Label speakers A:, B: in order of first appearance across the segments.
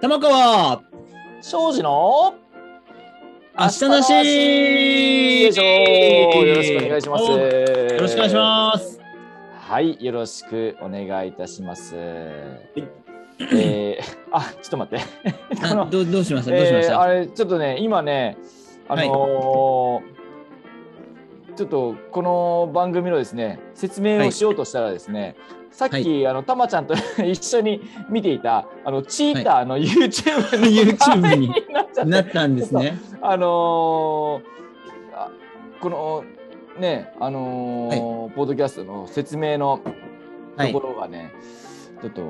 A: 玉川
B: 庄司の
A: 明日なし
B: よいしょよろしくお願いします。
A: よろしくお願いします。
B: す。はい、よろしくお願いいたします。えー、あ、ちょっと待って。こ
A: あ
B: の
A: どうどうしましたどうしまし
B: えーあ
A: た、
B: れ、ちょっとね、今ね、あのーちょっとこの番組のですね説明をしようとしたらですね、さっき、
A: は
B: あのたまちゃんと 一緒に見ていたあのチーターの YouTube の
A: YouTube に
B: なっちゃって
A: なったんですね。
B: あのーあこのねあのーポッドキャストの説明の
A: は
B: と
A: い
B: こ。ろがね、ちょっと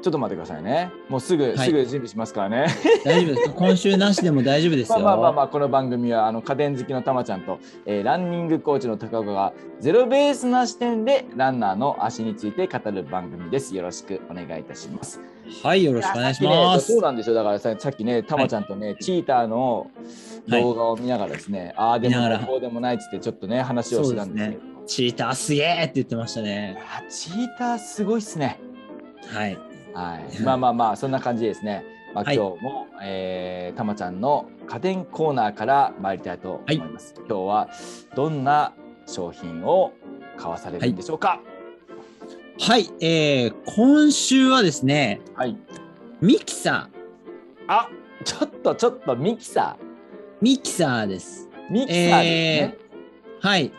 B: ちょっと待ってくださいねもうすぐ、
A: はい
B: すぐ準備しますからね
A: 大丈夫です。今週なしでも大丈夫です
B: まあ
A: よ。
B: まあまあまあこの番組はあの家電好きのたまちゃんと、えーランニングコーチの高岡がゼロベースな視点でランナーの足について語る番組ですよろしくお願いいたします
A: はい、よろしくお願いしま
B: さっきね
A: す
B: そう。なんですよ。だからささっきね、たまちゃんとね、チーターの動画を見ながらですね、ああで
A: 見なが
B: もな
A: ら
B: いこうでもないっつってちょっとね、話をしてたんですけど。
A: チーターすげえって言ってましたね。
B: あチーターすごいっすね。
A: はい。
B: はい。まあまあまあ、そんな感じですね。まあ、今
A: はい
B: 日も、えーたまちゃんの家電コーナーから参りたいと思います。今日はどんな商品を買わされるんでしょうか。
A: はい、えー、今週はですね、
B: はい。
A: ミキサー、
B: あ、ちょっとちょっとミキサ
A: ミキサーです。
B: ー、ミキサーですね。
A: はい。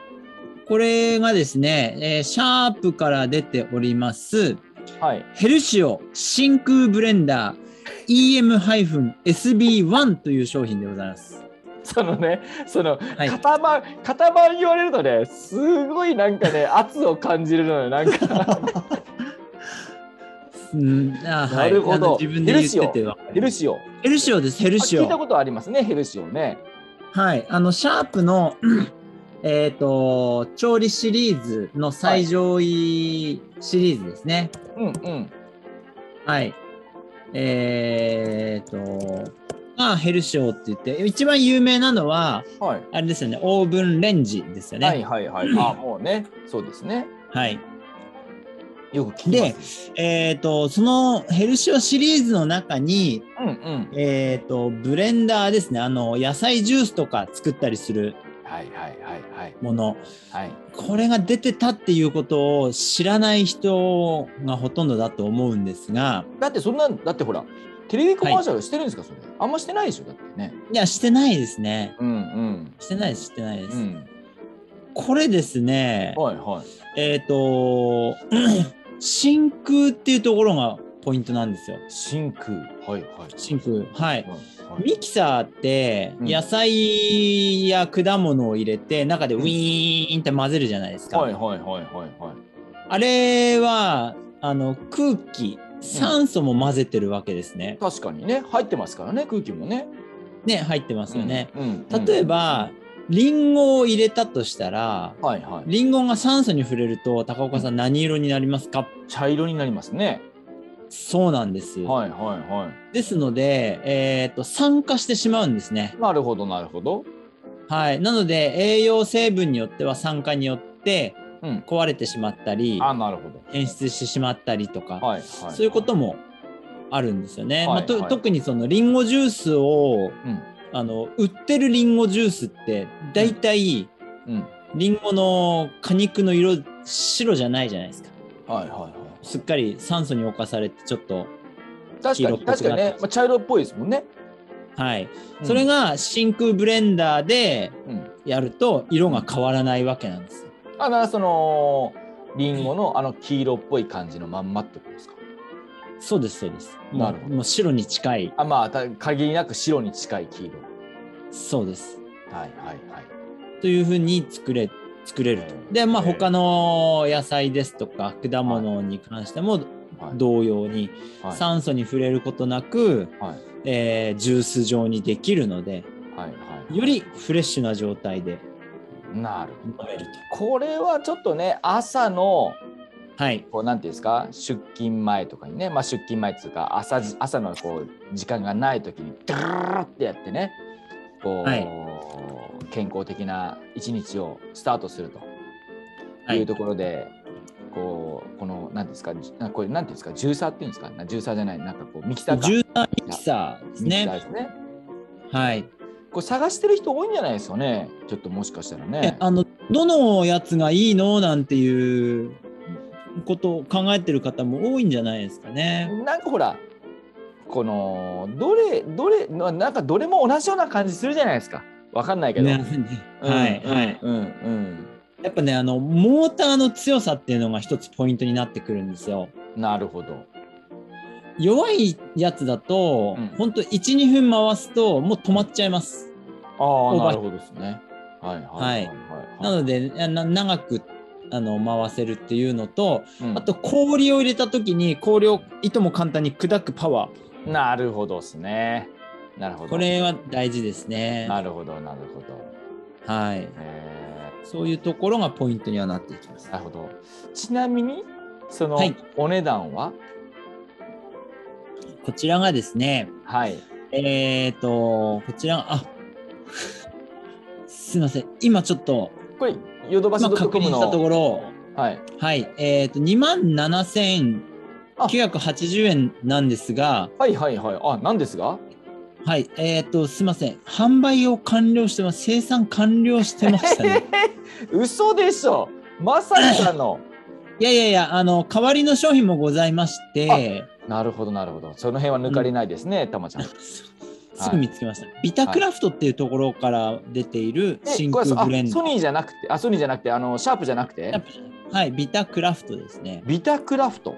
A: これがですね、えーシャープから出ております、
B: はい。
A: ヘルシオ真空ブレンダー EM-SB1 という商品でございます。
B: そのね、その
A: はい。
B: 型番型番言われるとねすごいな んかね圧を感じるのよなんか
A: うん、あーはい
B: なるほど
A: あの自分で言っててわか
B: ヘ
A: る
B: ルシオあ
A: ヘルシオです、ヘルシ
B: 聞いた
A: オ。
B: ことありますねヘルシオね
A: はい。あの、シャープの、 えっ、と、調理シリーズの最上位シリーズですね。
B: うんうん
A: はい。えっ、と、まあ、ヘルシオって言って、一番有名なのは、
B: はい、
A: あれですよね、オーブンレンジですよね。
B: はいはいはいあもうねそうですね
A: はい
B: よく聞きます
A: えー、とそのヘルシオシリーズの中に、
B: うんうん
A: えー、とブレンダーですねあの野菜ジュースとか作ったりする
B: はいはいはいはい
A: もの
B: はい
A: これが出てたっていうことを知らない人がほとんどだと思うんですが
B: だってそんなんだってほらテレビコマーシャルしてるんですか、それあんましてないでしょだってね
A: いやしてないですね
B: うんうん
A: してないですしてないです、
B: うん
A: これですね
B: はいはい
A: えっ、と 真空っていうところがポイントなんですよ
B: 真空はいはい
A: 真空はい
B: はいはい
A: ミキサーって
B: うん
A: 野菜や果物を入れて中でウィーンって混ぜるじゃないですか、
B: はいはいはいはいはい
A: あれはあの空気酸素も混ぜてるわけですね、
B: 確かにね入ってますからね空気もね
A: ね入ってますよね、
B: うんうんうん
A: 例えばリンゴを入れたとしたら
B: はいはい。
A: リンゴが酸素に触れると高岡さん何色になりますか
B: 茶色になりますね。
A: そうなんです、
B: はいはいは
A: ですので、えー、と酸化してしまうんですね
B: い。なるほどなるほど。
A: はいなので栄養成分によっては酸化によって
B: うん。
A: 壊れてしまったり
B: あなるほど。
A: 変質してしまったりとか、
B: はいはい。
A: そういうこともあるんですよね。
B: はい
A: まあと
B: はい
A: 特にそのリンゴジュースを
B: うん
A: あの売ってるリンゴジュースってだいたい
B: うん。
A: リンゴの果肉の色白じゃないじゃないですか。
B: はいはいはい。
A: すっかり酸素に侵されてちょっと
B: 確か
A: 黄色っぽく
B: に確かに
A: なっ
B: ね
A: て、
B: まあ、茶色っぽいですもんね。
A: はい、
B: うん
A: それ。が真空ブレンダーで
B: うん。
A: やると色が変わらないわけなんですよ。
B: あなそのリンゴのあの黄色っぽい感じのまんまってことですか。
A: そうですそうです。もう
B: なるほど
A: もう白に近い
B: あまあた限りなく白に近い黄色。
A: そうです。
B: はいはいはい。
A: というふうに作れ作れると。で、まあ、
B: へえ
A: 他の野菜ですとか果物に関しても
B: はい
A: 同様に
B: はい
A: 酸素に触れることなく、
B: はい
A: えージュース状にできるので
B: はいはい。
A: よりフレッシュな状態で
B: なるほ
A: 飲
B: ど。
A: めると。
B: これはちょっとね朝の
A: はい、
B: こうなんていうんですか出勤前とかにね、まあ、出勤前っていうか朝じ朝のこう時間がない時にダーってやってねこう、
A: はい
B: 健康的な一日をスタートすると
A: はいいう
B: ところで、こうこの何ですかじなこれ何ていうんですかジューサーっていうんですかなジューサーじゃないなんかこうミキサーか
A: ジューサーミキサーです
B: ミキサー
A: ね。
B: ですね
A: はい。
B: これ探してる人多いんじゃないですかねちょっともしかしたら
A: え
B: ね
A: あのどのやつがいいのなんていうことを考えてる方も多いんじゃないですかね。
B: なんかほらこのどれどれななんかどれも同じような感じするじゃないですかわかんないけど、
A: ね
B: うん
A: はい、はい。
B: うんうん
A: やっぱねあのモーターの強さっていうのが一つポイントになってくるんですよ。
B: なるほど。
A: 弱いやつだと、
B: うん
A: ほんと12分回すともう止まっちゃいます。
B: ああ、
A: オーバー
B: なるほどですね。はいはいはいはい。
A: なのであな長くあの回せるっていうのと
B: うん
A: あと氷を入れた時に氷をいとも簡単に砕くパワー
B: なるほどですね。なるほど。
A: これは大事ですね。
B: なるほどなるほど。
A: はい、
B: え
A: そういうところがポイントにはなっていきます
B: ー、。なるほど。ちなみにその、
A: はい
B: お値段は
A: こちらがですね、
B: はい。
A: えっ、ー、と、こちらが、あすいません、今ちょっと、
B: これヨドバシ
A: 今
B: ドット
A: 確
B: コ
A: 認
B: ム
A: し
B: の。
A: たところ、
B: はい。
A: はい、えっ、ー、と、27,980円なんですが、
B: はいはいはい。あなんですが。
A: はい、えっ、ー、と、すいません、販売を完了してます、生産完了してました ね。
B: 嘘でしょ。まさかの。
A: いやいやいや、あの、代わりの商品もございまして、
B: なるほどなるほど。その辺は抜かりないですね、たまちゃん。
A: すぐ見つけました、ビタクラフトっていうところから出ている
B: え
A: 真
B: これ
A: 空
B: あ
A: ブレンド
B: ソ。ニーじゃなくて、あソニーじゃなくて、あのシャープじゃなくて。
A: はい、ビタクラフトですね。
B: ビタクラフト。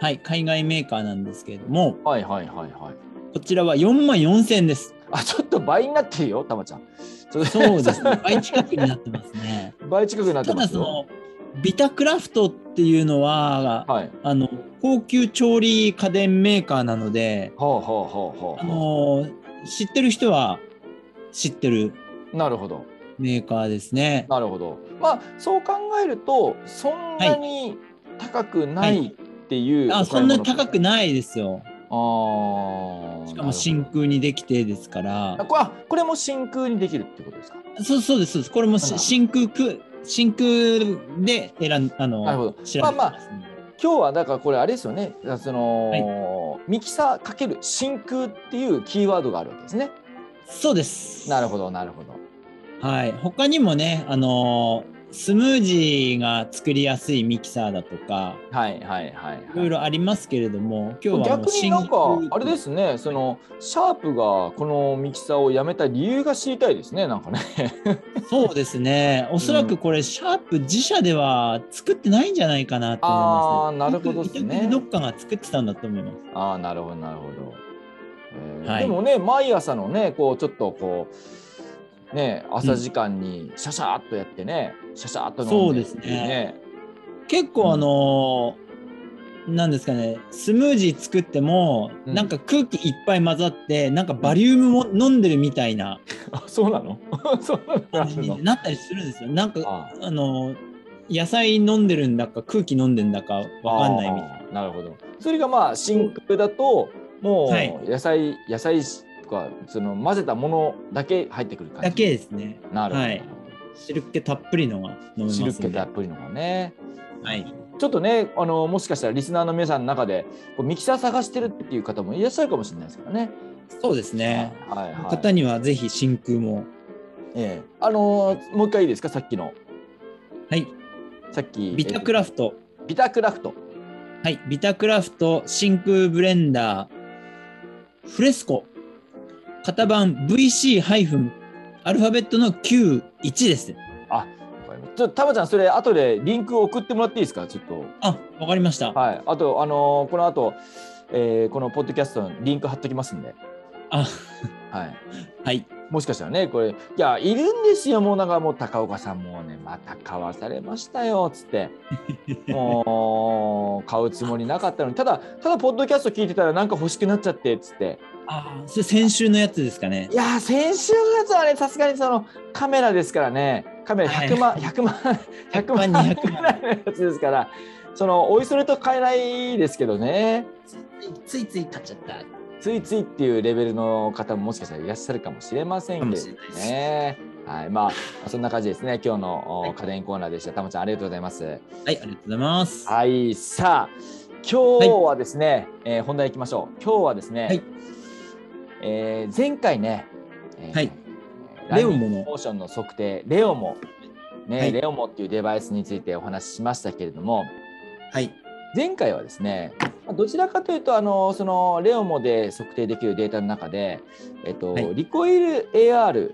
A: はい、海外メーカーなんですけれども、
B: はいはいはいはい。
A: こちらは4万4000円です。
B: あ、ちょっと倍になってるよ、たまちゃん。ちょっと
A: そうですね。倍近くになってますね。
B: 倍近くになったてま
A: だ
B: す
A: そ
B: よ。
A: の、ビタクラフトっていうのは、
B: はい。
A: あの、高級調理家電メーカーなので、
B: ほうほうほうほう。
A: あの、知ってる人は知ってる
B: なるほど。
A: メーカーですね。
B: なるほど。まあ、そう考えると、そんなに高くないっていう、
A: あ、そんなに高く
B: い。
A: ないですよ。
B: ああ。
A: しかも真
B: なる
A: 空にできてですか
B: ほど。あ
A: ら。
B: これあこれも真空にできるってことですか。
A: そうそうですそうです。これも
B: あ
A: し
B: ら
A: 真空く真空で選んあの
B: なるほど
A: 調べてますね、
B: まあま今日はだからこれあれですよね。だからその、ミキサーかける真空っていうキーワードがあるわけですね。
A: そうです。
B: なるほどなるほど。
A: ど。はい。他にもね、あのースムージーが作りやすいミキサーだとか、
B: はいはいはい、はい。
A: いろいろありますけれども、今日はもう
B: 逆になんか
A: 真空
B: あれですねそのシャープがこのミキサーをやめた理由が知りたいですねなんかね
A: そうですね。おそらくこれ、シャープ自社では作ってないんじゃないかなと思います、
B: あーなるほどですね
A: 委託どっかが作ってたんだと思います。
B: ああなるほどなるほど、えー
A: はい
B: でもね毎朝のねこうちょっとこうね朝時間にシャシャーっとやってね、シャシャーっと飲んでってい
A: そうですね結構あのーなんですかねスムージー作っても、
B: うん
A: なんか空気いっぱい混ざってなんかバリウムも飲んでるみたいな
B: あ そうなの そうな
A: 感
B: の
A: じになったりするんですよなんか
B: あ
A: あの野菜飲んでるんだか空気飲んでんだかわかんないみたいな。
B: いなるほどそれがまあ真空だとも
A: は
B: う野菜、野菜とかその混ぜたものだけ入ってくる感じ
A: だけですね。
B: なるほど、
A: はい汁っ気たっぷりのが飲めます
B: 汁っ気
A: んで
B: たっぷりのがね。
A: はい。
B: ちょっとね、あのもしかしたらリスナーの皆さんの中でこうミキサー探してるっていう方もいらっしゃるかもしれないですからね。
A: そうですね。
B: はいはい、
A: 方にはぜひ真空も。
B: ええあのーもう一回いいですか、さっきの。
A: はい。
B: さっき。
A: ビタクラフト。
B: えっとビタクラフト。
A: はい。ビタクラフト真空ブレンダーフレスコ。型番 VC- アルファベットの91です。
B: ちょっとタマちゃん、それ後でリンク送ってもらっていいですか、ちょっと。
A: あ、わかりました。
B: はい。あと、あのーこの後、えーこのポッドキャストのリンク貼っときますんで。
A: あ、
B: はい。
A: はい。
B: もしかしたらね、これ、いや、いるんですよ、もうなんかもう高岡さん、もうね、また買わされましたよ、つって。もう、買うつもりなかったのに、ただ、ただ、ポッドキャスト聞いてたら、なんか欲しくなっちゃって、つって。
A: あー、それ先週のやつですかね
B: い。やー、先週のやつはね、さすがにそのカメラですからね、カメラ100万、100万、100万、
A: 100万
B: ぐらいのやつですから、その、おいそれと買えないですけどね。
A: ついつい買っちゃった。
B: ついついっていうレベルの方ももしかしたらいらっしゃるかもしれませんけれ
A: かも
B: ど
A: しれないです
B: ね。はい、まあそんな感じですね。今日
A: は
B: のお
A: い
B: 家電コーナーでした。たまちゃんありがとうございます。
A: はい、ありがとうございます。
B: はい、さあ今日はですね、えー本題いきましょう。今日はですね、
A: はい
B: えー前回ね、えー
A: はい
B: ランニング
A: レオモの
B: モーションの測定レオモ、ね
A: はい
B: レオモっていうデバイスについてお話ししましたけれども、
A: はい。
B: 前回はですねまあどちらかというとあのそのレオモで測定できるデータの中で、えっと
A: はい
B: リコイル AR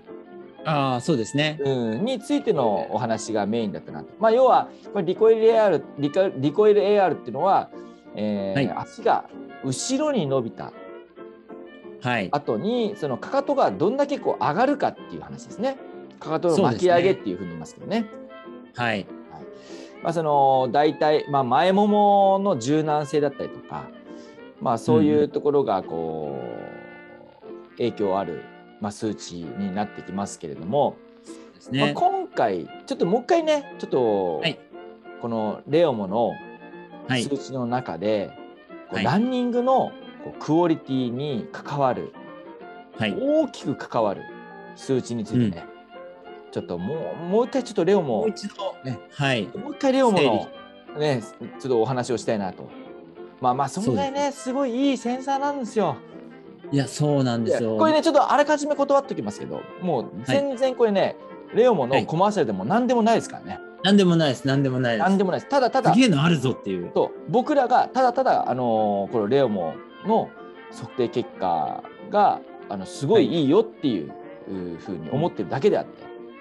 A: ああ、そうですね。
B: うんについてのお話がメインだったなと、まあ、要はこれリコイル AR リカリコイル AR っていうのは、えー
A: はい
B: 足が後ろに伸びた
A: はい。
B: 後にそのかかとがどんだけこう上がるかっていう話ですねかかとの巻き上げっていうふうに言いますけどね。
A: はい。
B: まあ、その大体、まあ、前ももの柔軟性だったりとか、まあ、そういうところがこう、影響ある、まあ、数値になってきますけれども、
A: そうです
B: まあ、
A: ね。
B: 今回ちょっともう一回ねちょっと、
A: はい
B: このレオモの
A: はい。
B: 数値の中で、こう
A: はい
B: ランニングのこうクオリティに関わる
A: はい。
B: 大きく関わる数値についてね、ちょっともうもう一回ちょっとレオモ
A: もう一度、ね、はい。
B: もう一回レオモの、ね、ちょっとお話をしたいなと。まあまあ、そのぐらい
A: そう
B: ね、すごいいいセンサーなんですよ。
A: いや、そうなんですよ。
B: これね、ちょっとあらかじめ断っておきますけど、もう全然これね、レオモ
A: は
B: の
A: い
B: コマーシャルでも何でもないですからね。
A: なんでもないです。なんでもないです。
B: 何でもないです。ただただ
A: す、げえのあるぞっていう。
B: と僕らがただただ、あのーこのレオモの測定結果があのすごいいいよっていううふうに思ってるだけであって、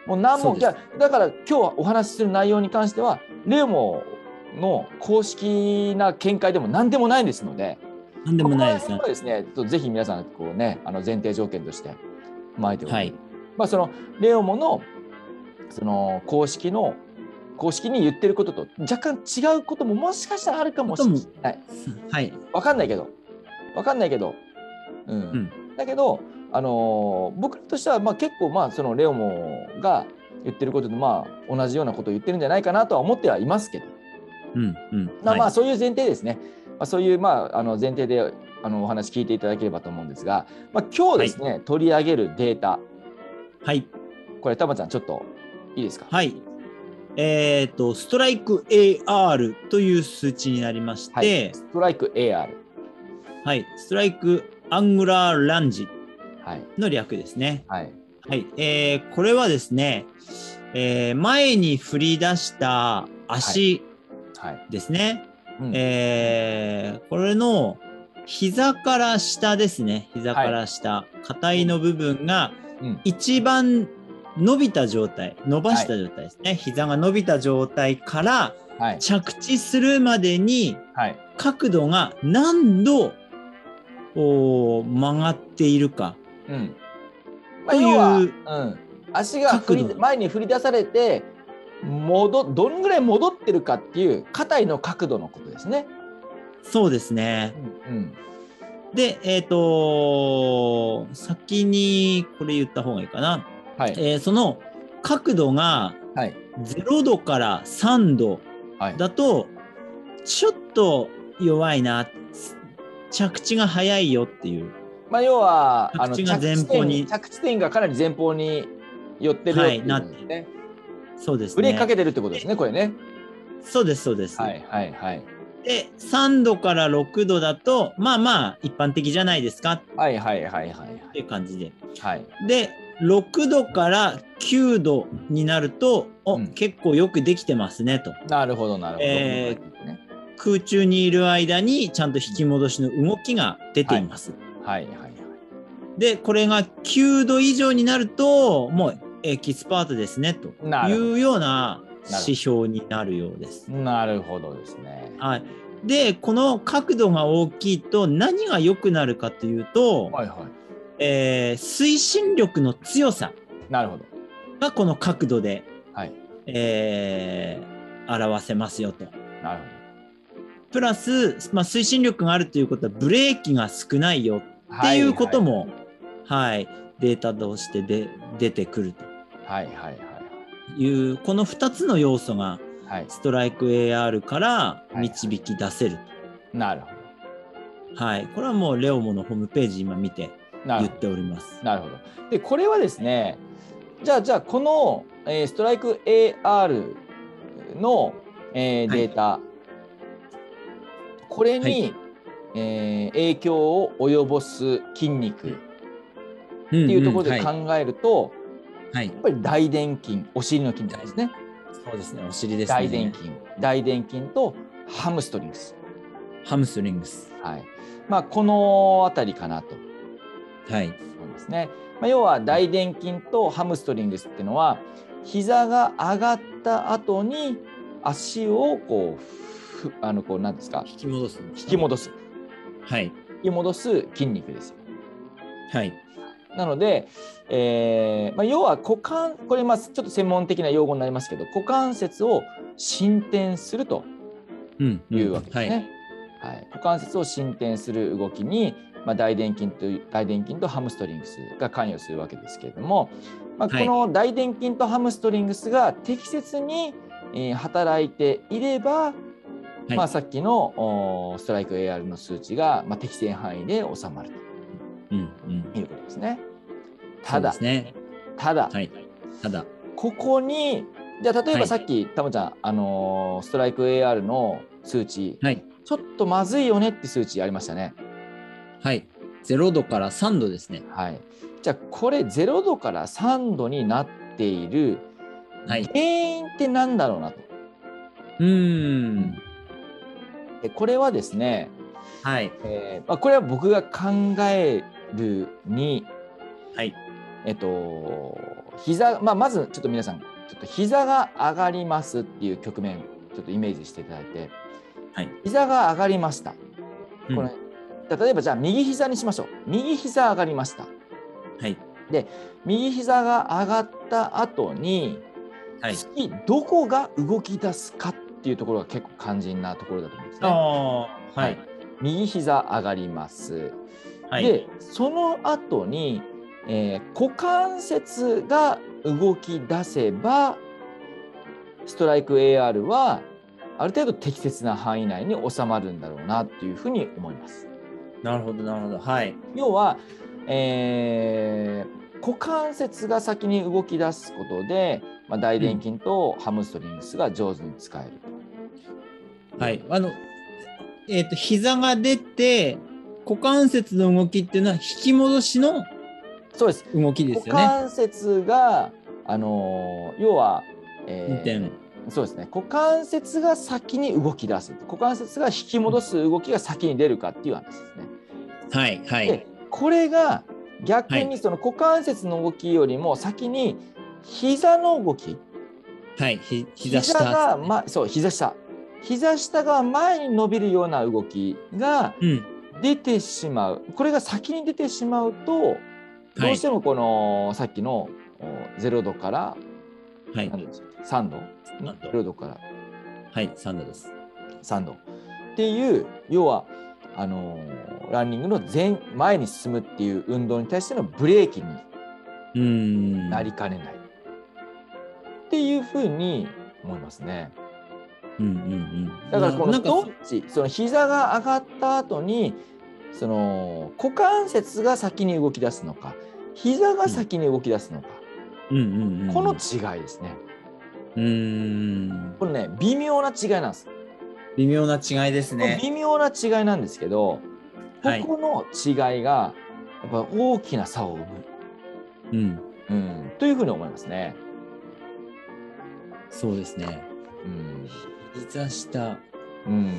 B: もう何
A: そう
B: も
A: です
B: じゃあだから今日はお話しする内容に関してはレオモの公式な見解でも何でもないんですので、
A: なんでもないです。
B: ここら辺はですね、ちょっとぜひ皆さんこうねあの前提条件として巻いておいて、
A: はい。
B: まあそのレオモのその公式の公式に言ってることと若干違うことももしかしたらあるかもしれない。
A: はい。
B: わかんないけど、わかんないけど、うん。だけど、あのー僕としてはまあ結構まあそのレオモが言ってることとまあ同じようなことを言ってるんじゃないかなとは思ってはいますけど、
A: うん。うん。
B: まあまあ
A: はい
B: そういう前提ですね。まあ、そういうまああの前提であのお話聞いていただければと思うんですが、まあ今日ですね、取り上げるデータ、
A: はい。
B: これたまちゃんちょっといいですか？
A: はい。えっ、と、ストライク AR という数値になりまして、
B: は
A: はい、
B: ストライク AR、
A: ストライクアングラーランジ
B: はい
A: の略ですね。
B: はい
A: はい。えーこれはですね、えー前に振り出した足
B: はい、
A: ですね。
B: うん
A: えーこれの膝から下ですね。膝から下。硬、い、の部分が
B: うん
A: 一番伸びた状態、伸ばした状態ですね。膝が伸びた状態から
B: はい
A: 着地するまでに
B: はい
A: 角度が何度おー曲がっているか。
B: うんまあ、
A: という
B: 要は、うん、足が振り
A: 角度
B: 前に振り出されて戻どんぐらい戻ってるかっていう肩の角度のことですね。
A: そうですね。
B: うん
A: で、えっ、と先にこれ言った方がいいかな。
B: はい
A: えーその角度が
B: はい
A: 0度から3度
B: はい
A: だとちょっと弱いな着地が早いよっていう
B: まあ、要はあの
A: 着地が前方に
B: 着地点着地点がかなり前方に寄ってるよっていう、ね
A: はいなってそうですね
B: ブレーキかけてるってことですねこれね。
A: そうですそうです、
B: はいはいはい
A: で3度から6度だとまあまあ一般的じゃないですかっ
B: はいはいはいはい
A: ていう感じで
B: はい
A: で6度から9度になるとお、
B: うん
A: 結構よくできてますねと
B: なるほどなるほど。
A: え空中にいる間にちゃんと引き戻しの動きが出ています、
B: はいはいはい
A: で、これが9度以上になると、もうエキスパートですね、と
B: なるほ
A: いうような
B: ど
A: 指標になるようです。
B: なるほどですね。
A: はい。で、この角度が大きいと何が良くなるかというと、
B: はいは
A: えー推進力の強さ
B: い。なるほど。
A: がこの角度で、
B: はい。
A: えー表せますよと。
B: なる
A: プラス、まあ、推進力があるということはブレーキが少ないよ
B: ほど。
A: っていうことも、はい、データとしてで出てくると。
B: はいはいはい
A: いうこの2つの要素が
B: はい。はい。
A: ストライク AR から導き出せる
B: なるほ
A: はい。これはもうレオモのホームページ今見て言
B: なるほ
A: っ
B: ど
A: ております。
B: なるほど。で、これはですね、じゃあ、じゃあ、この、えーストライク AR の、えー
A: はい
B: データ、これに、
A: はい
B: えー影響を及ぼす筋肉っ
A: って
B: ていうところで
A: はい。
B: 考えると、
A: はい
B: やっぱり大臀筋、お尻の筋じゃないですね。
A: そうですね。お尻ですね。
B: 大臀筋、大臀筋とハムストリングス。
A: ハムストリングス。
B: はい。まあ、このあたりかなと。
A: はい。
B: 思いますね。まあ、要は大臀筋とハムストリングスっていうのは膝が上がった後に足をこうふあのこうなんですか
A: 引き戻す。
B: 引き戻す
A: はい。
B: 引き戻す筋肉ですよ。
A: はい。
B: なので、えーまあ、要は股関これまあちょっと専門的な用語になりますけど股関節を伸展すると
A: うん。ん
B: いうわけですね。はい股関節を伸展する動きに、まあ、大臀筋という大臀筋とハムストリングスが関与するわけですけれども、まあ、
A: はい
B: この大臀筋とハムストリングスが適切に、えー働いていれば、
A: はい
B: まあ、さっきのおーストライク AR の数値が、まあ、適正範囲で収まる
A: はい。うん。うん。
B: ということですね。ただ、
A: そうですね。
B: ただ、
A: はい。ただ。
B: ここにじゃあ例え
A: は
B: ば
A: い
B: さっき、たまちゃん、あのーストライク AR の数値、
A: はい。
B: ちょっとまずいよねって数値ありましたね。
A: はい。0度から3度ですね。
B: はい、じゃあこれ0度から3度になっている
A: はい。
B: 原因って何だろうなと。
A: うーん。
B: でこれはですね、
A: はい。
B: えーまあ、これは僕が考えるに、
A: はい。
B: えっと、膝、まあ、まずちょっと皆さん、ちょっと膝が上がりますっていう局面、ちょっとイメージしていただいて、
A: はい
B: 膝が上がりました。
A: うん
B: これ例えばじゃあ右膝にしましょう。右膝上がりました。
A: はい。
B: 右膝が上がった後に、
A: はい。
B: 次どこが動き出すかっていうところが結構肝心なところだと思うんですね。
A: あー。はい。
B: 右膝上がります。
A: はい。
B: でその後に、えー股関節が動き出せばストライク AR はある程度適切な範囲内に収まるんだろうなっていうふうに思います。
A: なるほど、なるほど。はい。
B: 要は、えー股関節が先に動き出すことで、まあ、大臀筋とハムストリングスが上手に使えると。
A: はい。あの、えっ、と、膝が出て、股関節の動きっていうのは引き戻しの
B: そうです。
A: 動きです
B: 股
A: よね。
B: 関節が、あのー要は、えー
A: 運転。
B: そうですね。股関節が先に動き出す。股関節が引き戻す動きが先に出るかっていう話ですね。
A: はい、は
B: で
A: い。、
B: これが逆
A: は
B: にその股関節の動きよりも先に膝の動き、
A: はい。ひ膝下。
B: 膝が、ま、そう膝下、膝下が前に伸びるような動きが
A: うん。
B: 出てしまう。これが先に出てしまうと、
A: は
B: どう
A: い
B: し。てもこのさっきの0度から
A: はい。
B: 何度でした3度
A: 3度
B: 0度から
A: はい。サンダです。
B: 3度っていう要はあのーランニングの前前に進むっていう運動に対してのブレーキに
A: うーん。
B: なりかねないっていうふうに思いますね。
A: うんうんうん。
B: だからこ
A: な
B: の
A: んか
B: どっちその膝が上がった後にその股関節が先に動き出すのか膝が先に動き出すのか、
A: うんうんうん。
B: この違いですね。
A: うーん。
B: これね微妙な違いなんです。
A: 微妙な違いですね。
B: 微妙な違いなんですけ
A: は
B: ど、
A: い
B: ここの違いがやっぱ大きな差を生む、
A: うん。
B: うん、というふうに思いますね。
A: そうですね。
B: うん
A: 膝下。
B: うん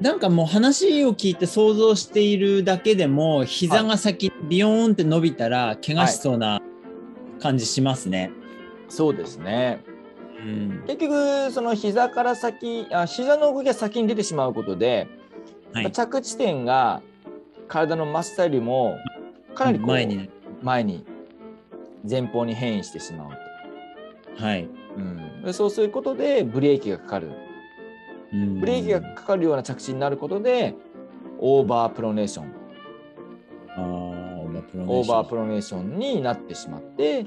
A: なんかもう話を聞いて想像しているだけでも膝が先ビヨーンって伸びたら怪我しそうな感じしますね。
B: そうですね
A: うん
B: 結局その膝から先あ膝の動きが先に出てしまうことで、
A: はい、
B: 着地点が体の真下よりもかなりこう
A: 前にね
B: 前に前方に変異してしまう
A: はい、
B: と、うんで、そうすることでブレーキがかかる
A: うん
B: ブレーキがかかるような着地になることでオーバープロネーション
A: あーオーバープロ
B: オーバープ
A: ロ
B: ロネーションになってしまって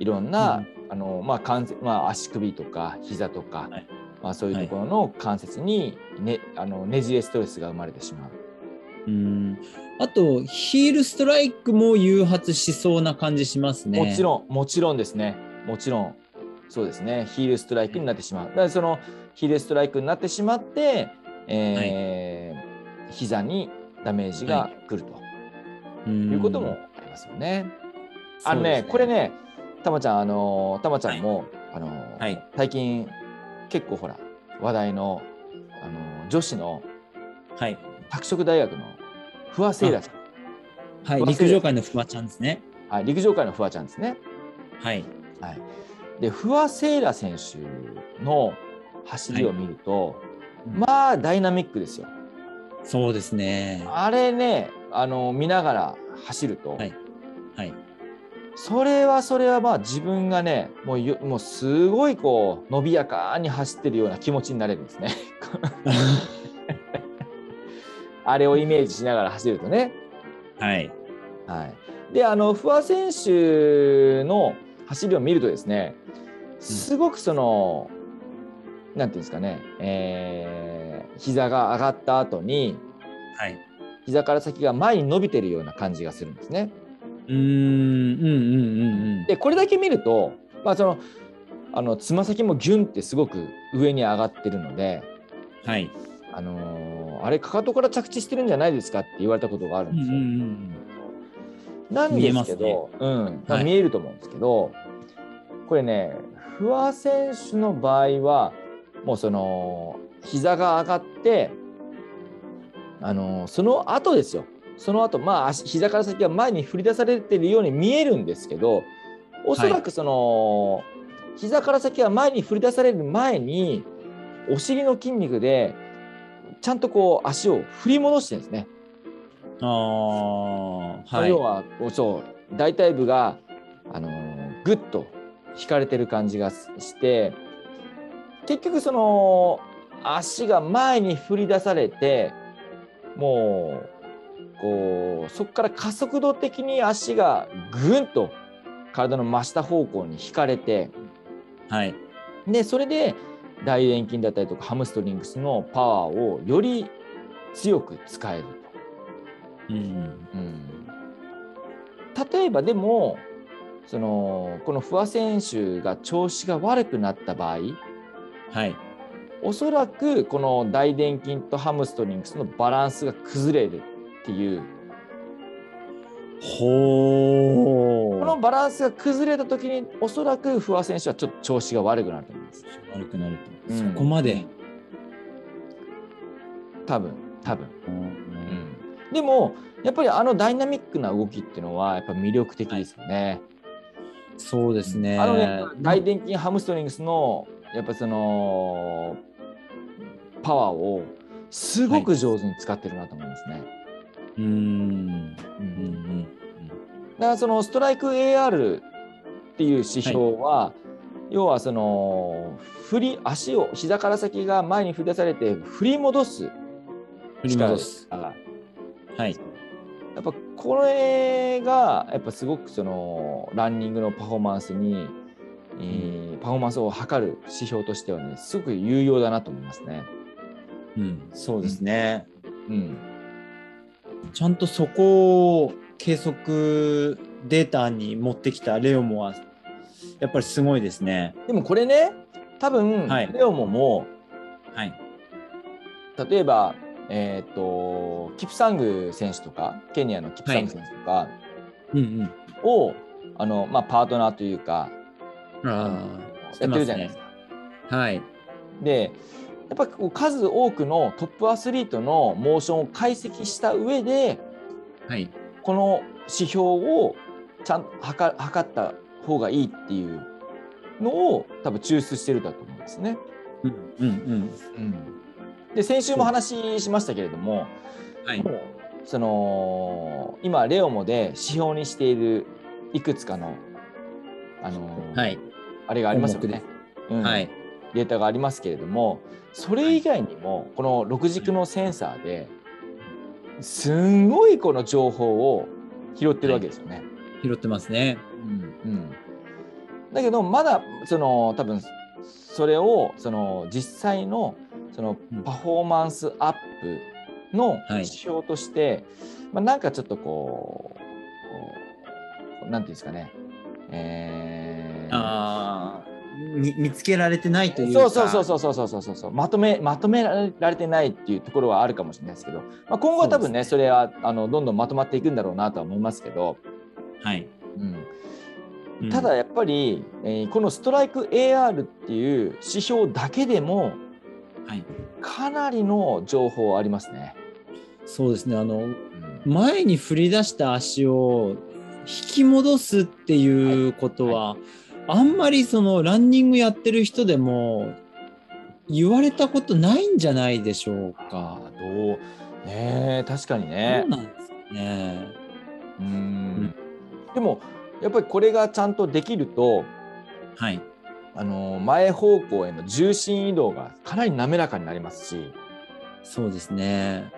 B: いろんな、あのまあ、関節まあ、足首とか膝とか、
A: はい
B: まあ、そういうところの関節にねあのねじれストレスが生まれてしまう。
A: うんあと、ヒールストライクも誘発しそうな感じしますね。
B: もちろん、もちろんですね。もちろん、そうですね。ヒールストライクになってしまう。だからそのヒールストライクになってしまって、えー膝にダメージが来ると
A: ん。
B: い
A: いう
B: ことも
A: ん。
B: ありますよね。
A: そ
B: あ
A: うで
B: の
A: す
B: ねこれ。ね、たまちゃん、あのーたまちゃんも、あのー
A: はい
B: 最近結構ほら話題のあのー女子の
A: はい。
B: 拓殖大学の不破聖衣来ち
A: はい、
B: 忘れ
A: 陸上界のフワちゃんですね。
B: ゃん、はい、陸上界の不破ちゃんですね。
A: はい。
B: はい、で不破聖衣来選手の走りを見ると、
A: はい
B: まあダイナミックですよ。
A: そうですね。
B: あれねあの見ながら走ると、
A: はいはい。
B: それはそれはまあ自分がねもうよもうすごいこう伸びやかに走ってるような気持ちになれるんです ね。あれをイメージしながら走るとね。
A: はい。
B: はい、であの不破選手の走りを見るとですねすごくその、なんていうんですかね、えー膝が上がった後に
A: はい。
B: 膝から先が前に伸びてるような感じがするんですね。
A: うーん、うん、うん、うん、うん。
B: でこれだけ見ると、まあ、そのあのつま先もギュンってすごく上に上がってるので、
A: はい。
B: あのーあれかかとから着地してるんじゃないですかって言われたことがある
A: うんん、
B: で
A: うん、うん。
B: すよ。なん
A: 見え
B: で
A: ます
B: け
A: す
B: ど
A: ね、
B: うんまあ
A: はい
B: 見えると思うんですけど、これね、不破選手の場合は、もうその膝が上がって、あのその後ですよ、その後まあ足膝から先は前に振り出されているように見えるんですけど、おそらくその、膝から先は前に振り出される前に、お尻の筋肉で、ちゃんとこう足を振り戻してるんですね。
A: ああー、はい
B: 要。はこうそう大腿部が、あのーぐっと引かれてる感じがすして結局その足が前に振り出されてもうこうそこから加速度的に足がぐんと体の真下方向に引かれて
A: はい。
B: でそれで大臀筋だったりとかハムストリングスのパワーをより強く使えると。
A: うん。
B: うん例えばでもそのこの不破選手が調子が悪くなった場合
A: はい。
B: おそらくこの大臀筋とハムストリングスのバランスが崩れるっていう
A: ほ
B: こ
A: ー
B: の。バランスが崩れた時におそらく不破選手はちょっと調子が悪くなると思います
A: 悪くなると。
B: うん
A: そこまで。
B: 多分多
A: う
B: 分、
A: ん
B: でもやっぱりあのダイナミックな動きっていうのはやっぱ魅力的ですよね、
A: そうですね。
B: あのね、大臀筋ハムストリングスのやっぱそのパワーをすごく上手に使ってるなと思いますね。
A: うーん。
B: う
A: うん
B: だ
A: ん
B: からそのストライク AR っていう指標は、要はその振り足を膝から先が前に振り出されて振り戻す
A: 振り戻す。
B: 力ですから
A: はい。
B: やっぱこれがやっぱすごくそのランニングのパフォーマンスに、えーパフォーマンスを測る指標としてはねすごく有用だなと思いますね。
A: うん、そうですね。
B: うん、
A: ちゃんとそこを計測データに持ってきたレオモは、やっぱりすごいですね。
B: でもこれね多分、
A: はい
B: レオモも
A: はい。
B: 例えば、えー、とキプサング選手とかケニアのキプサング選手とか
A: うん
B: を、あのまあ、パートナーというか
A: うん。
B: やってるじゃないですか。
A: あ。はい。
B: でやっぱこう数多くのトップアスリートのモーションを解析した上で
A: はい。
B: この指標をちゃんと測測った方がいいっていうのを多分抽出してるんだと思うんですね。
A: うんうんうん。
B: で先週も話しましたけれども、
A: はい
B: も。うその今レオモで指標にしているいくつかの、あのー
A: はい。
B: あれがありますよ
A: 項目で
B: ね
A: す。
B: うん
A: はい。
B: データがありますけれどもそれ以外にもこの6軸のセンサーですんごいこの情報を拾ってるわけですよね。
A: 拾ってますね。
B: うんだけどまだその多分それをその実際のその
A: うん
B: パフォーマンスアップの
A: はい
B: 指標として、まあ、なんかちょっとこうこう、なんていうんですかね、えー
A: あーみ見つけられてないというか
B: そうそうそうそうそうそうそうそうまとめまとめられてないっていうところはあるかもしれないですけど、まあ、今後は多分ねそれはあのどんどんまとまっていくんだろうなとは思いますけど、
A: はい、
B: うん、
A: うん
B: ただやっぱり、えーこのストライク AR っていう指標だけでも
A: はい、
B: かなりの情報ありますね。
A: そうですねあの
B: うん
A: 前に振り出した足を引き戻すっていうことは、あんまりそのランニングやってる人でも言われたことないんじゃないでしょう
B: か
A: か。
B: どうねえ確かに
A: そ
B: ね
A: う。なんですかね。
B: うんでもやっぱりこれがちゃんとできると
A: はい。
B: あの前方向への重心移動がかなり滑らかになりますし、
A: そうですね。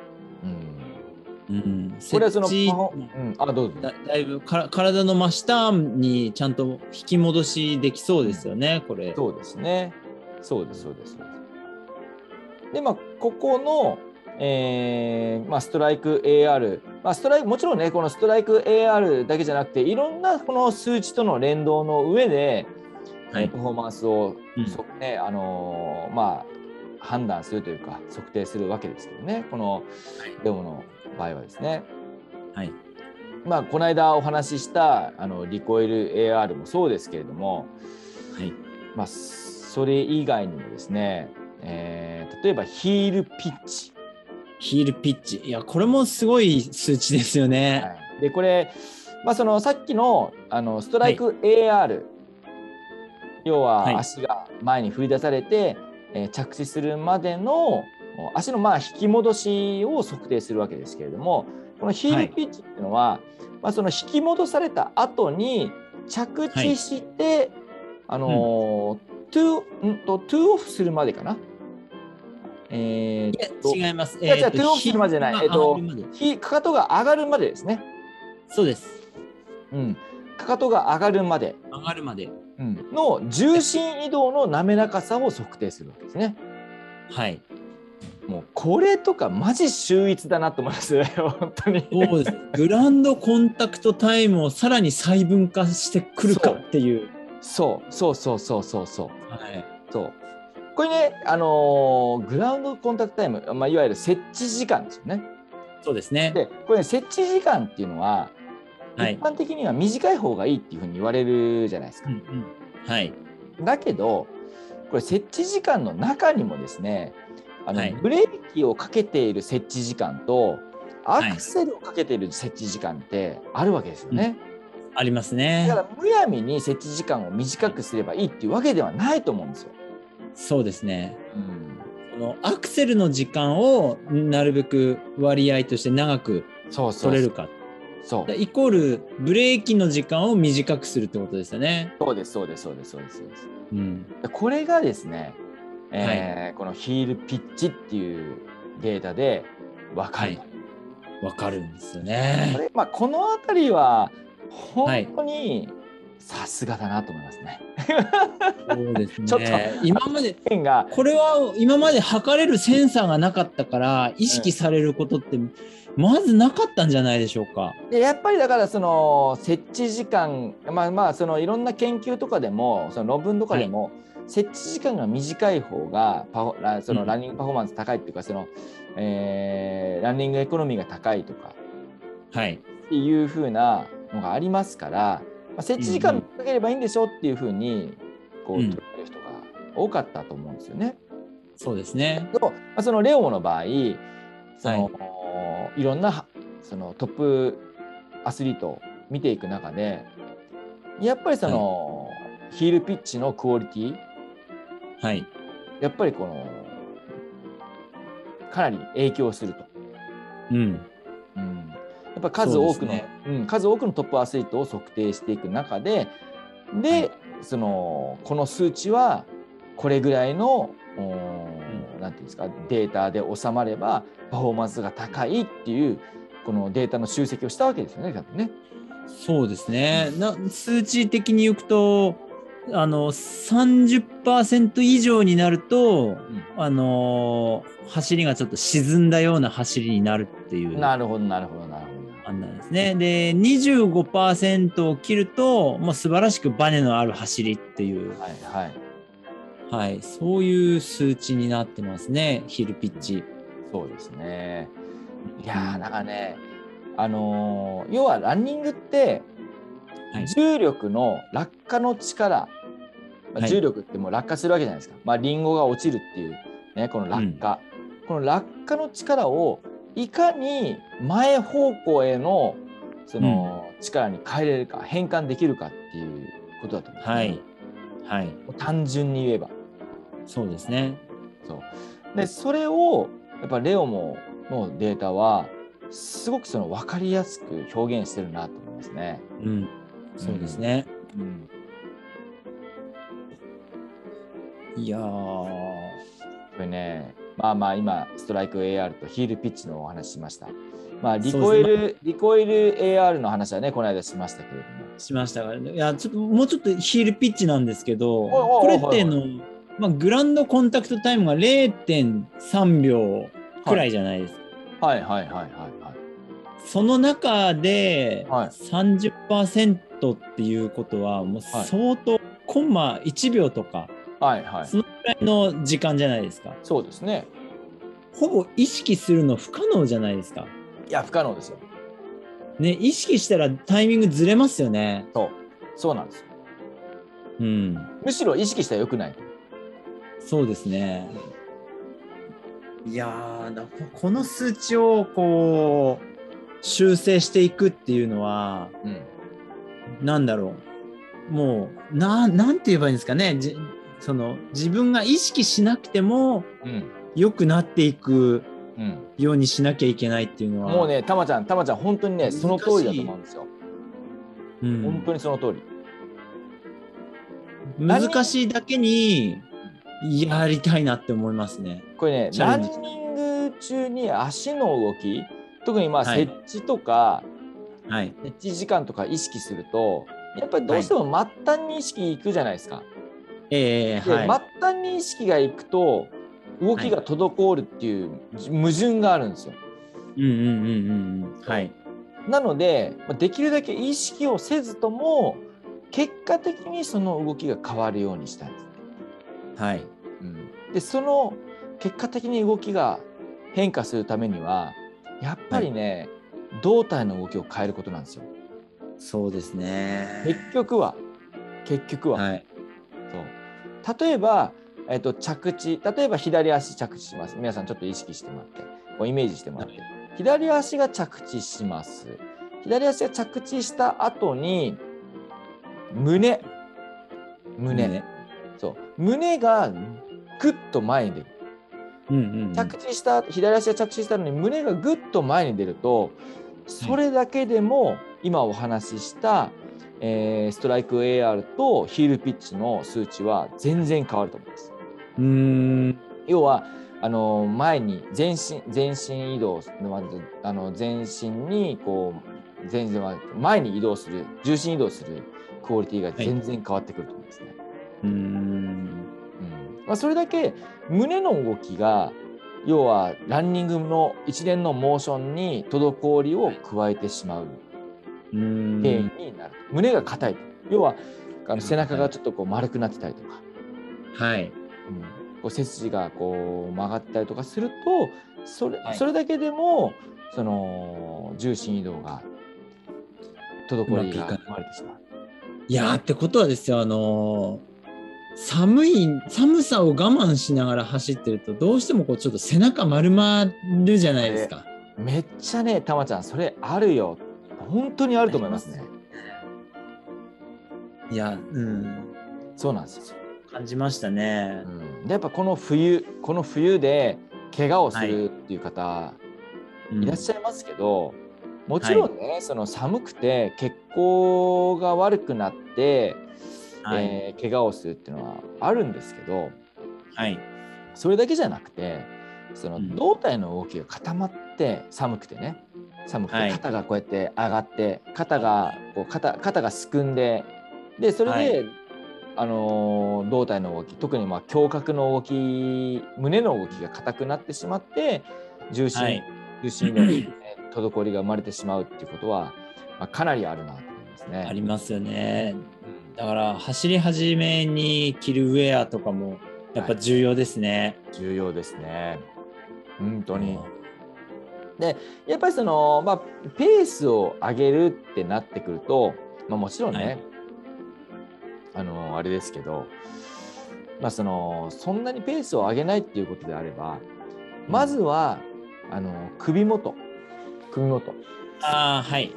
A: う
B: うん、
A: ん。
B: これはその
A: 設置
B: パフォーうん、あどうぞ
A: だだいぶから体の真下にちゃんと引き戻しできそうですよね、これ。
B: そうですねそうですそうですそうですでまあここの、えーまあ、ストライク AR、まあ、ストライクもちろんねこのストライク AR だけじゃなくていろんなこの数値との連動の上
A: は
B: で、
A: い
B: えーパフォーマンスを、
A: うん
B: そねあのーまあ判断するというか測定するわけですけどねこのデモの場合はですね。
A: はい。
B: まあ、この間お話ししたあのリコイル AR もそうですけれども、
A: はい。
B: まあ、それ以外にもですね、えー例えばヒールピッチ、
A: ヒールピッチ。いや、これもすごい数値ですよね。
B: でこれ、まあ、そのさっきのあのストライク AR、要
A: はい
B: は足が前に振り出されて、えー着地するまでのお足のまあ引き戻しを測定するわけですけれどもこのヒールピッチっていうのは、まあ、その引き戻された後に着地して、あのートゥーんとトゥーオフするまでかな。えーと
A: いや、違います。
B: いや違う
A: えーと
B: トゥーオフするまでじゃない
A: ヒール
B: えー
A: が上が
B: と
A: るまで
B: ひかかとが上がるまでですね。
A: そうです。
B: うん、かかとが上がるまで
A: 上がるまで。
B: の重心移動の滑らかさを測定するわけですね。
A: はい。
B: もうこれとかマジ秀逸だなと思いますよ 本当に。
A: そう です。グランドコンタクトタイムをさらに細分化してくるかっていう。
B: そうそうそうそうそうそう
A: はい。
B: そう。これね、あのーグラウンドコンタクトタイム、まあ、いわゆる設置時間ですよね。
A: そうですね。
B: でこれ、ね、設置時間っていうのは、
A: はい
B: 一。般的には短い方がいいっていうふうに言われるじゃないです
A: う
B: か
A: ん。うん。はい。
B: だけどこれ設置時間の中にもですねあの、
A: はい
B: ブレーキをかけている設置時間とア
A: い
B: クセルをかけている設置時間ってあるわけですよね、
A: あります
B: だ
A: ね。
B: からむやみに設置時間を短くすればいいっていうわけではないと思うんですよ。
A: そうですね。
B: うん、
A: このアクセルの時間をなるべく割合として長く
B: そうそう
A: 取れるか。
B: そう
A: イコールブレーキの時間を短くするってことですよね。
B: そうですそうですそうですそうですそうです
A: うん。
B: でこれがですね、えーこのヒールピッチっていうデータで分かると、
A: わかるんですよ
B: こ
A: ね。
B: れまあ、この辺りは本当にさすがだなと思いますね。
A: そうですね。
B: ちょっと
A: 今まで
B: ペンが
A: これは今まで測れるセンサーがなかったから意識されることってまずなかったんじゃないでしょうか。
B: でやっぱりだからその設置時間まあまあそのいろんな研究とかでもその論文とかでも、設置時間が短い方がパフォラそ
A: うん
B: のランニングパフォーマンス高いっていうか、その、えーランニングエコノミーが高いとか
A: はい。
B: っていう風なのがありますから、まあ、設置時
A: うんう
B: 間
A: ん
B: かければいいんでしょっていう風にこう
A: うん
B: 取られる人が多かったと思うんですよね。
A: そうですね。
B: でもまあそのレオモの場合その、い、ろんなそのトップアスリートを見ていく中でやっぱりその、ヒールピッチのクオリティ
A: はい。
B: やっぱりこのかなり影響すると、
A: うん。
B: うんやっぱ数多く
A: そう
B: の、
A: ですね
B: うん、数多くのトップアスリートを測定していく中でで、
A: はい
B: そのこの数値はこれぐらいのおーなんていうんですかデータで収まればパフォーマンスが高いっていうこのデータの集積をしたわけですよね、多分ね。
A: そうですね。な数値的に言うとあの30%以上になると、
B: ん
A: あのー走りがちょっと沈んだような走りになるっていう
B: なるほどなるほどなるほど。
A: 判断ですね。で25%を切るともう素晴らしくバネのある走りっていう、
B: はいはい。
A: はい、そういう数値になってますねヒルピッチ。
B: そうですね。いやーなんかね、あのー要はランニングって、
A: はい
B: 重力の落下の力、
A: は
B: まあ、
A: い
B: 重力ってもう落下するわけじゃないですか、まあリンゴが落ちるっていうねこの落下、この落下の力をいかに前方向へのその力に変えれるか、変換できるかっていうことだと思うんですね
A: はい、はい、
B: もう単純に言えば。
A: そうですね。
B: そうでそれをやっぱレオものデータはすごくその分かりやすく表現してるなと思いますね。
A: うん、そうですね。
B: うん、
A: いやー
B: これねまあまあ今ストライク AR とヒールピッチのお話ししました。まあリコイル、リコイル AR の話はねこの間しましたけれども。
A: しましたからね。いや、ちょっともうちょっとヒールピッチなんですけど、
B: お
A: こ
B: いおいお
A: れ
B: い
A: っての、まあ、グランドコンタクトタイムが0.3秒くらいじゃないですか。
B: はいはいはいはいはい。
A: その中で
B: はい
A: 30%っていうことは、もう
B: はい
A: 相当、コンマ1秒とか
B: はいはい。
A: その時間じゃないですか。
B: そうですね。
A: ほぼ意識するの不可能じゃないですか。
B: いや不可能ですよ。
A: ね、意識したらタイミングずれますよね。
B: そうそうなんですよ。
A: うん、
B: むしろ意識したらよくないと。
A: そうですね。いやーなこの数値をこう修正していくっていうのは
B: うん
A: なんだろうもうななんて言えばいいんですかねじその自分が意識しなくても
B: うん
A: 良くなっていく
B: うん。
A: ようにしなきゃいけないっていうのは
B: もう、ね、たまちゃん、たまちゃん、本当にね、
A: 難しい
B: その通りだと思うんですよ。
A: うん
B: 本当にその通り。
A: 難しいだけにやりたいなって思いますね。
B: これね、
A: チャ
B: ラ
A: レ
B: ン
A: ンジ
B: ニング中に足の動き、特にまあ、
A: はい
B: 設置とか、
A: はい、
B: 設置時間とか意識すると、やっぱりどうしても末端に意識いくじゃないですか。
A: え
B: で
A: ーはい、
B: 末端に意識がいくと、動きが滞るっていう矛盾があるんですよ。
A: うんうんうんうんうんはい
B: なので、まあできるだけ意識をせずとも、結果的にその動きが変わるようにしたいんです。
A: はい
B: でその結果的に動きが変化するためにはやっぱりね、胴体の動きを変えることなんですよ
A: そうですね。
B: 結局は結局は、
A: はい。
B: そう例えば、えっと着地例えば左足着地します皆さんちょっと意識してもらってこうイメージしてもらって、左足が着地します左足が着地した後に胸胸
A: ね
B: そう胸がぐっと前に出る
A: うんうんうん。
B: 着地した左足が着地したのに胸がぐっと前に出るとそれだけでも今お話しした、えーストライク AR とヒールピッチの数値は全然変わると思います。
A: うーん。
B: 要はあの前に全身全身移動まあの全身にこう全身は前に移動する重心移動するクオリティが全然変わってくると思いますね。
A: うーん。
B: うんまあ、それだけ胸の動きが要はランニングの一連のモーションに滞りを加えてしまう
A: うーん
B: 原因になる、胸が硬い要はあの背中
A: は
B: が
A: い
B: ちょっとこう丸くなってたりとか、
A: はい。
B: うんこう背筋がこう曲がったりとかするとそれ,、
A: はい
B: それだけでもその重心移動が滞りが生まれてしまう。
A: いやーってことはですよ、あのー寒い、寒さを我慢しながら走ってると、どうしてもこう、ちょっと背中丸まるじゃないですか。
B: めっちゃねたまちゃんそれあるよ本当にあると思いますね。
A: いや、うん。
B: そうなんですよ
A: 感じましたね。
B: うんでやっぱこの冬この冬で怪我をするっていう方
A: うん
B: いらっしゃいますけど、もちろんね、その寒くて血行が悪くなって、
A: はい。
B: えー怪我をするっていうのはあるんですけど
A: はい。
B: それだけじゃなくてそうの
A: ん
B: 胴体の動きが固まって寒くてね寒く
A: は
B: て
A: い
B: 肩がこうやって上がって肩がこう肩肩がすくんででそれであの胴体の動き特にまあ胸郭の動き胸の動きが硬くなってしまって重心、
A: はい
B: 重 心の、ね、滞りが生まれてしまうっていうことは、まあ、かなりあるなと思いますね。
A: ありますよね。だから走り始めに着るウェアとかもやっぱ重要ですね。
B: 重要ですね。本当
A: 本
B: に。やっぱりその、まあ、ペースを上げるってなってくると、まあ、もちろんね、
A: はい
B: あのあれですけど、まあ、そのそんなにペースを上げないっていうことであればまずは、あの首元首元
A: ああはい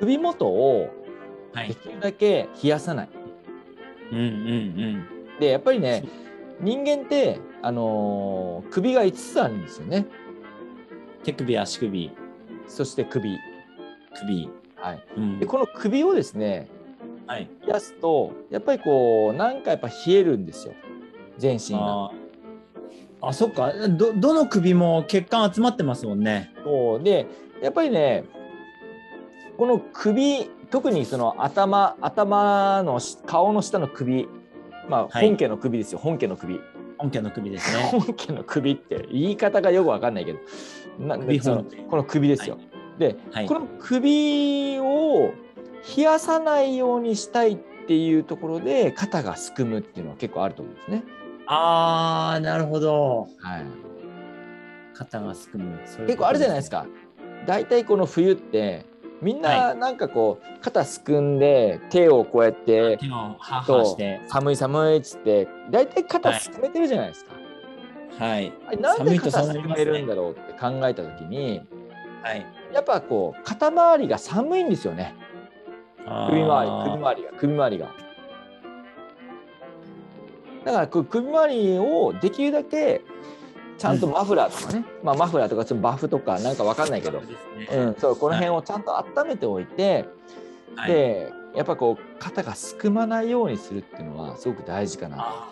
B: 首元を
A: は
B: で
A: い。
B: きるだけ冷やさない。
A: うんうん
B: でやっぱりね人間って、あの首が5つあるんですよね
A: うん。手首足首
B: そして首。
A: 首。
B: はい、
A: うん
B: でこの首をですね
A: はい。
B: 冷やすとやっぱりこうなんかやっぱ冷えるんですよ全身が。
A: あーあそっかどどの首も血管集まってますもんね。
B: そうでやっぱりねこの首特にその頭頭のし顔の下の首まあ
A: はい
B: 本家の首ですよ、本家の首
A: 本家の首です ね。
B: 本家の首って言い方がよくわかんないけどな
A: 首
B: その
A: 本家
B: この首ですよ。
A: は
B: で、
A: はい
B: この首を冷やさないようにしたいっていうところで肩がすくむっていうのは結構あると思うんですね。
A: ああなるほど。
B: はい
A: 肩がすくむ。そういうこと
B: 結構あるじゃないです。か大体この冬ってみん
A: は
B: ななんかこう肩すくんで手をこうやって
A: 手をハーハーして。
B: 寒い寒いっつって大体肩すくめてるじゃないですか、
A: はい。
B: あれなんで
A: 寒いと
B: 肩
A: そう
B: す
A: なり
B: く
A: ます
B: め
A: ね
B: るんだろうって考えた時に
A: はい。
B: やっぱこう肩周りが寒いんですよね首周り首周りが首周りがだからこう首周りをできるだけちゃんとマフラーとかね、まあマフラーとかちょっとバフとかなんかわかんないけどうん、そうこの辺をちゃんと温めておいて、
A: はい
B: でやっぱこう肩がすくまないようにするっていうのはすごく大事かな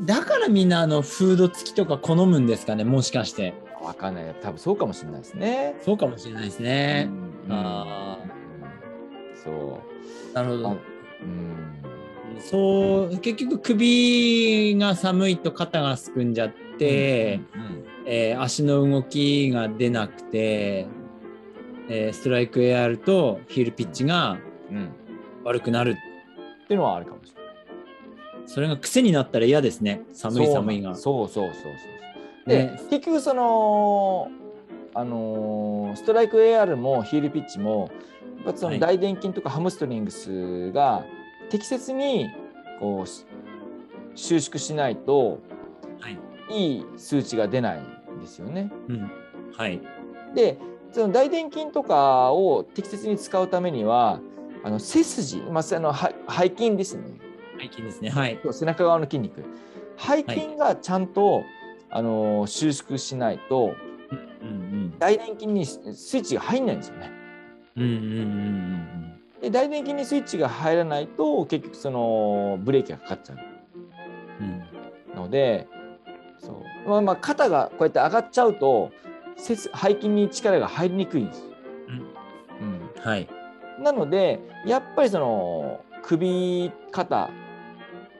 A: だからみんなあのフード付きとか好むんですかねもしかして
B: わかんない多分そうかもしれないですね。
A: そうかもしれないです
B: う
A: ね、
B: ん
A: あ
B: うんそ
A: なるほ
B: うあ
A: ど
B: うん
A: そう結局首が寒いと肩がすくんじゃって、
B: うんうん
A: えー足の動きが出なくて、えーストライクエアールとヒールピッチが
B: うんうんっ
A: 悪くなる
B: ていうのはあるかもしれない。
A: それが癖になったら嫌ですね寒い寒いが
B: そうそうそうそうそう。で、
A: ね
B: 結局そのあのーストライク AR もヒールピッチもやっぱそ
A: は
B: の
A: い
B: 大臀筋とかハムストリングスが適切にこうし収縮しないと
A: はい、
B: いい数値が出ないんですよね。
A: うん、はい
B: でその大臀筋とかを適切に使うためにはあの背筋、まあ、あのは背筋ですね
A: 背筋ですねはい
B: 背中側の筋肉背筋がちゃんと、あのー収縮しないと
A: うん
B: 大臀筋にススイッチが入んないんですよね。
A: うんうんうんうんうん
B: で大臀筋にスイッチが入らないと結局そのブレーキがかかっちゃ
A: うんうん
B: うのでそう、まあ、まあ肩がこうやって上がっちゃうとせつ背筋に力が入りにくいんです。うん
A: はい。
B: なのでやっぱりその首肩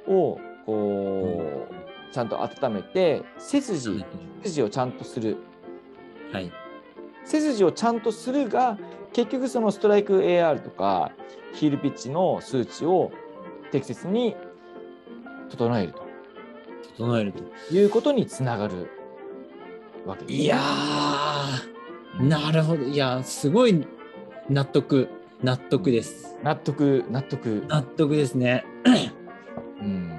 B: をこう、ちゃんと温めて背筋背筋をちゃんとする
A: はい。
B: 背筋をちゃんとするが結局そのストライク AR とかヒールピッチの数値を適切に整える
A: 整えると。
B: ということにつながるわけですね
A: いやー、なるほど。いやー、すごい納得。納得です。
B: 納得納得、
A: 納得ですね。
B: うん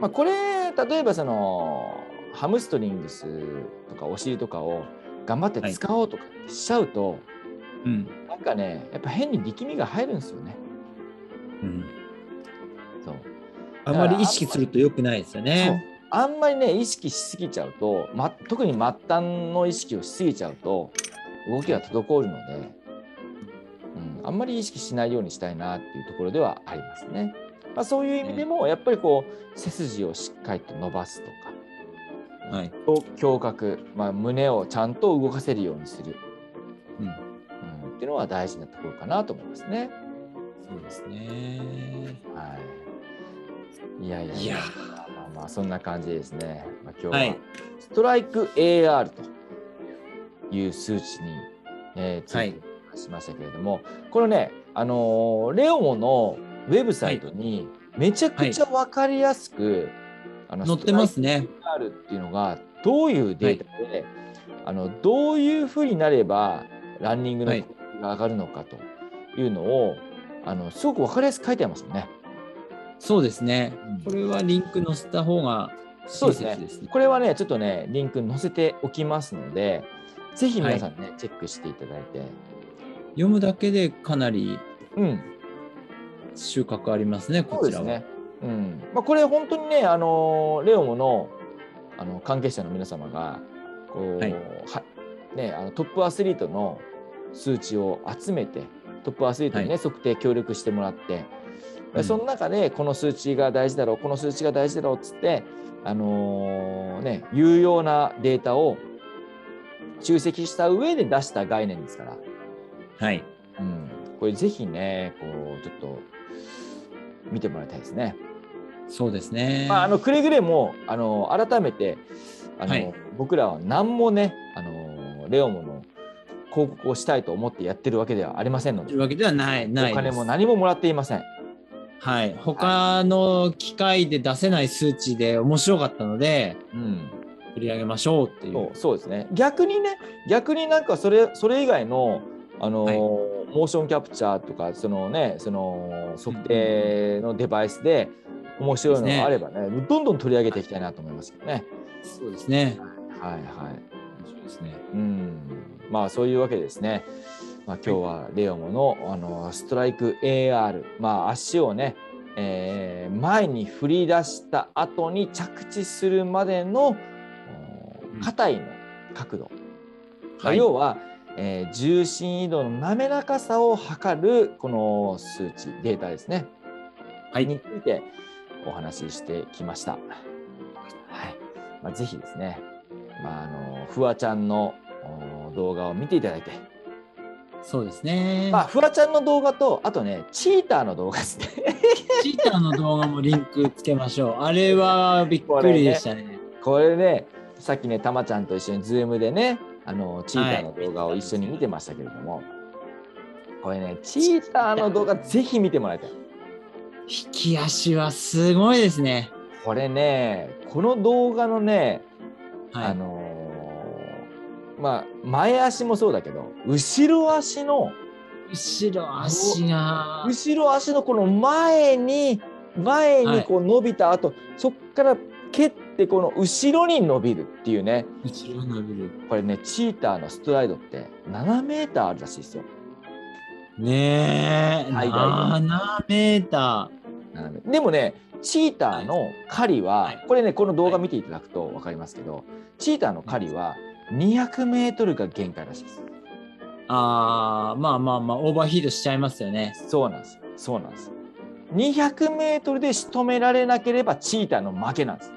B: まあ、これ例えばそのハムストリングスとかお尻とかを頑張って使おうとかってしちゃうと、
A: うん。
B: なんかねやっぱ変に力みが入るんですよね。
A: うん、
B: そう
A: あまり意識すると良くないですよ
B: そう
A: ね。
B: あんまりね意識しすぎちゃうと、ま、特に末端の意識をしすぎちゃうと動きが滞るので、うん、あんまり意識しないようにしたいなっていうところではありますね。まあ、そういう意味でも、やっぱりこう背筋をしっかりと伸ばすとか、
A: はい
B: 胸胸郭、まあ、胸をちゃんと動かせるようにする、
A: うん
B: うん、っていうのは大事なところかなと思いますね。
A: そうですね。
B: はい、いやいや
A: いや
B: まあまあまあそんな感じですね。まあ、今日は
A: はい
B: ストライク AR という数値に、えーつ
A: はい
B: いて話しましたけれども、このね、あのーレオモのウェブサイトにめちゃくちゃ分かりやすく、あの
A: 載ってますね。
B: ストライク AR っていうのがどういうデータで、あのどういうふうになればランニングの
A: は
B: ク
A: い
B: オリティが上がるのかというのを、あのすごく分かりやすく書いてありますよね。
A: そうですね。
B: うん
A: これはリンク載せた方が親切ですね。
B: これはね、ちょっとね、リンク載せておきますので、ぜひ皆さんね、チェックしていただいて、
A: 読むだけでかなり
B: うん、
A: 収穫ありますね、
B: そう
A: こ
B: で
A: ちら
B: す
A: は。
B: ね。うんまあ、これ、本当にね、あのーレオモのあの関係者の皆様がこう、
A: はい
B: はね、あのトップアスリートの数値を集めて、トップアスリートに、ね
A: は
B: 測定、協力してもらって、
A: うん
B: その中で、この数値が大事だろう、この数値が大事だろうっつって、あのーね、有用なデータを集積した上で出した概念ですから。
A: はい。
B: うん、これぜひね、こうちょっと見てもらいたいですね。
A: そうですね。
B: まあ、あのくれぐれもあの改めてあの、
A: はい
B: 僕らは何もねあのレオモの広告をしたいと思ってやってるわけではありませんの
A: と
B: で
A: いうわけではない、ない
B: お
A: で
B: 金
A: す。
B: も何ももらっていません。
A: はい。他の機械で出せない数値で面白かったので、
B: うん、
A: 取り上げましょうってい
B: そう
A: う。
B: そうですね逆にね逆になんかそれそれ以外のあの、
A: はい
B: モーションキャプチャーとかそのねその測定のデバイスで面白いのがあればねどんどん取り上げていきたいなと思いますけどね。
A: そうですね。
B: はいはい。
A: 面白いですね。
B: うん。まあそういうわけでですね。まあ今日はレオモのあのストライク AR、まあ足をね、えー前に振り出した後に着地するまでのお
A: うん
B: 肩位の角度。まあ
A: はい
B: 要は、えー重心移動の滑らかさを測るこの数値データですね。
A: はい
B: についてお話ししてきました。はい。まあ、ぜひですね、まあ、あの、フワちゃんのお動画を見ていただいて、
A: そうですね。
B: まあ、フワちゃんの動画と、あとね、チーターの動画ですね。
A: チーターの動画もリンクつけましょ う。あれはびっくりでしたね。
B: これね、さっきね、たまちゃんと一緒にズームでね、あの、チーターの動画を一緒に見てましたけれども、これね、チーターの動画ぜひ見てもらいたい。
A: 引き足はすごいですね。
B: これね、この動画のね、
A: は
B: あ
A: い。
B: のーまあ前足もそうだけど後ろ足の
A: 後ろ足が。
B: 後ろ足のこの前に前
A: は
B: に
A: い
B: こう伸びた後、そっから蹴ってこの後ろに伸びるっていうね
A: 後ろ伸びる。
B: これねチーターのストライドって7メーターあるらしいですよ。
A: ねえ。
B: はいはい
A: 7メータ
B: 斜めでもねチーターの狩りは、
A: はい
B: これねこの動画見ていただくと分かりますけど、チーターの狩りは200メートルが限界らしいです。
A: ー。あーまあまあまあ、オーバーヒートしちゃいますよね。
B: そうなんです。そうなんです。200メートルで仕留められなければチーターの負けなんです。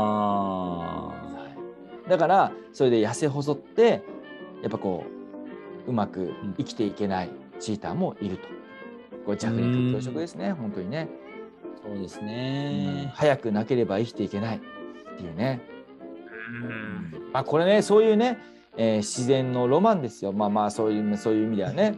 A: あ
B: だからそれで痩せ細ってやっぱこううまく生きていけないチーターもいると。これ弱肉強食ですね、本当にね、
A: あ。そうです
B: うん
A: ね。
B: 早くなければ生きていけないっていうね。まあこれねそういうね、えー自然のロマンですよ。まあまあそういうそういう意味ではね。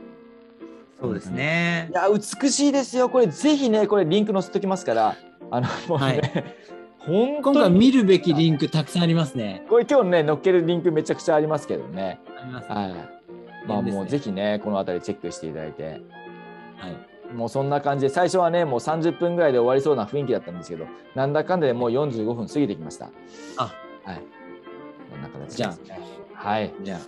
A: そうですね
B: い。や美しいですよこれぜひねこれリンク載せときますからあのもうね、
A: はい
B: 本
A: 今
B: 当
A: 回
B: に
A: 見るべきリンクたくさんありますね。
B: これ今日ね載っけるリンクめちゃくちゃありますけどね
A: ありますね。
B: はいまあ
A: いいですね
B: もうぜひねこの辺りチェックしていただいて
A: はい。
B: もうそんな感じで最初はねもう30分ぐらいで終わりそうな雰囲気だったんですけどなんだかんだでもう45分過ぎてきました
A: あ
B: はいこんな形
A: じ
B: で
A: ゃあ
B: すねはい
A: じゃ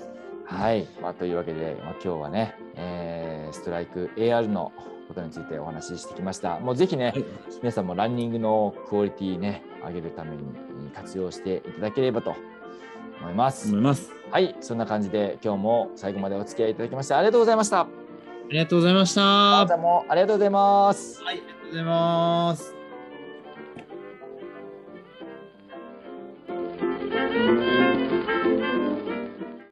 A: あ。
B: はい、まあ、というわけで、まあ、今日はね、えーストライク AR のことについてお話ししてきましたもうぜひね、
A: はい
B: 皆さんもランニングのクオリティね上げるために活用していただければと思います、
A: 思います。
B: はいそんな感じで今日も最後までお付き合いいただきましてありがとうございました
A: ありがとうございました。
B: あ
A: は
B: なたもありがとうございます
A: い、ありがとうございます。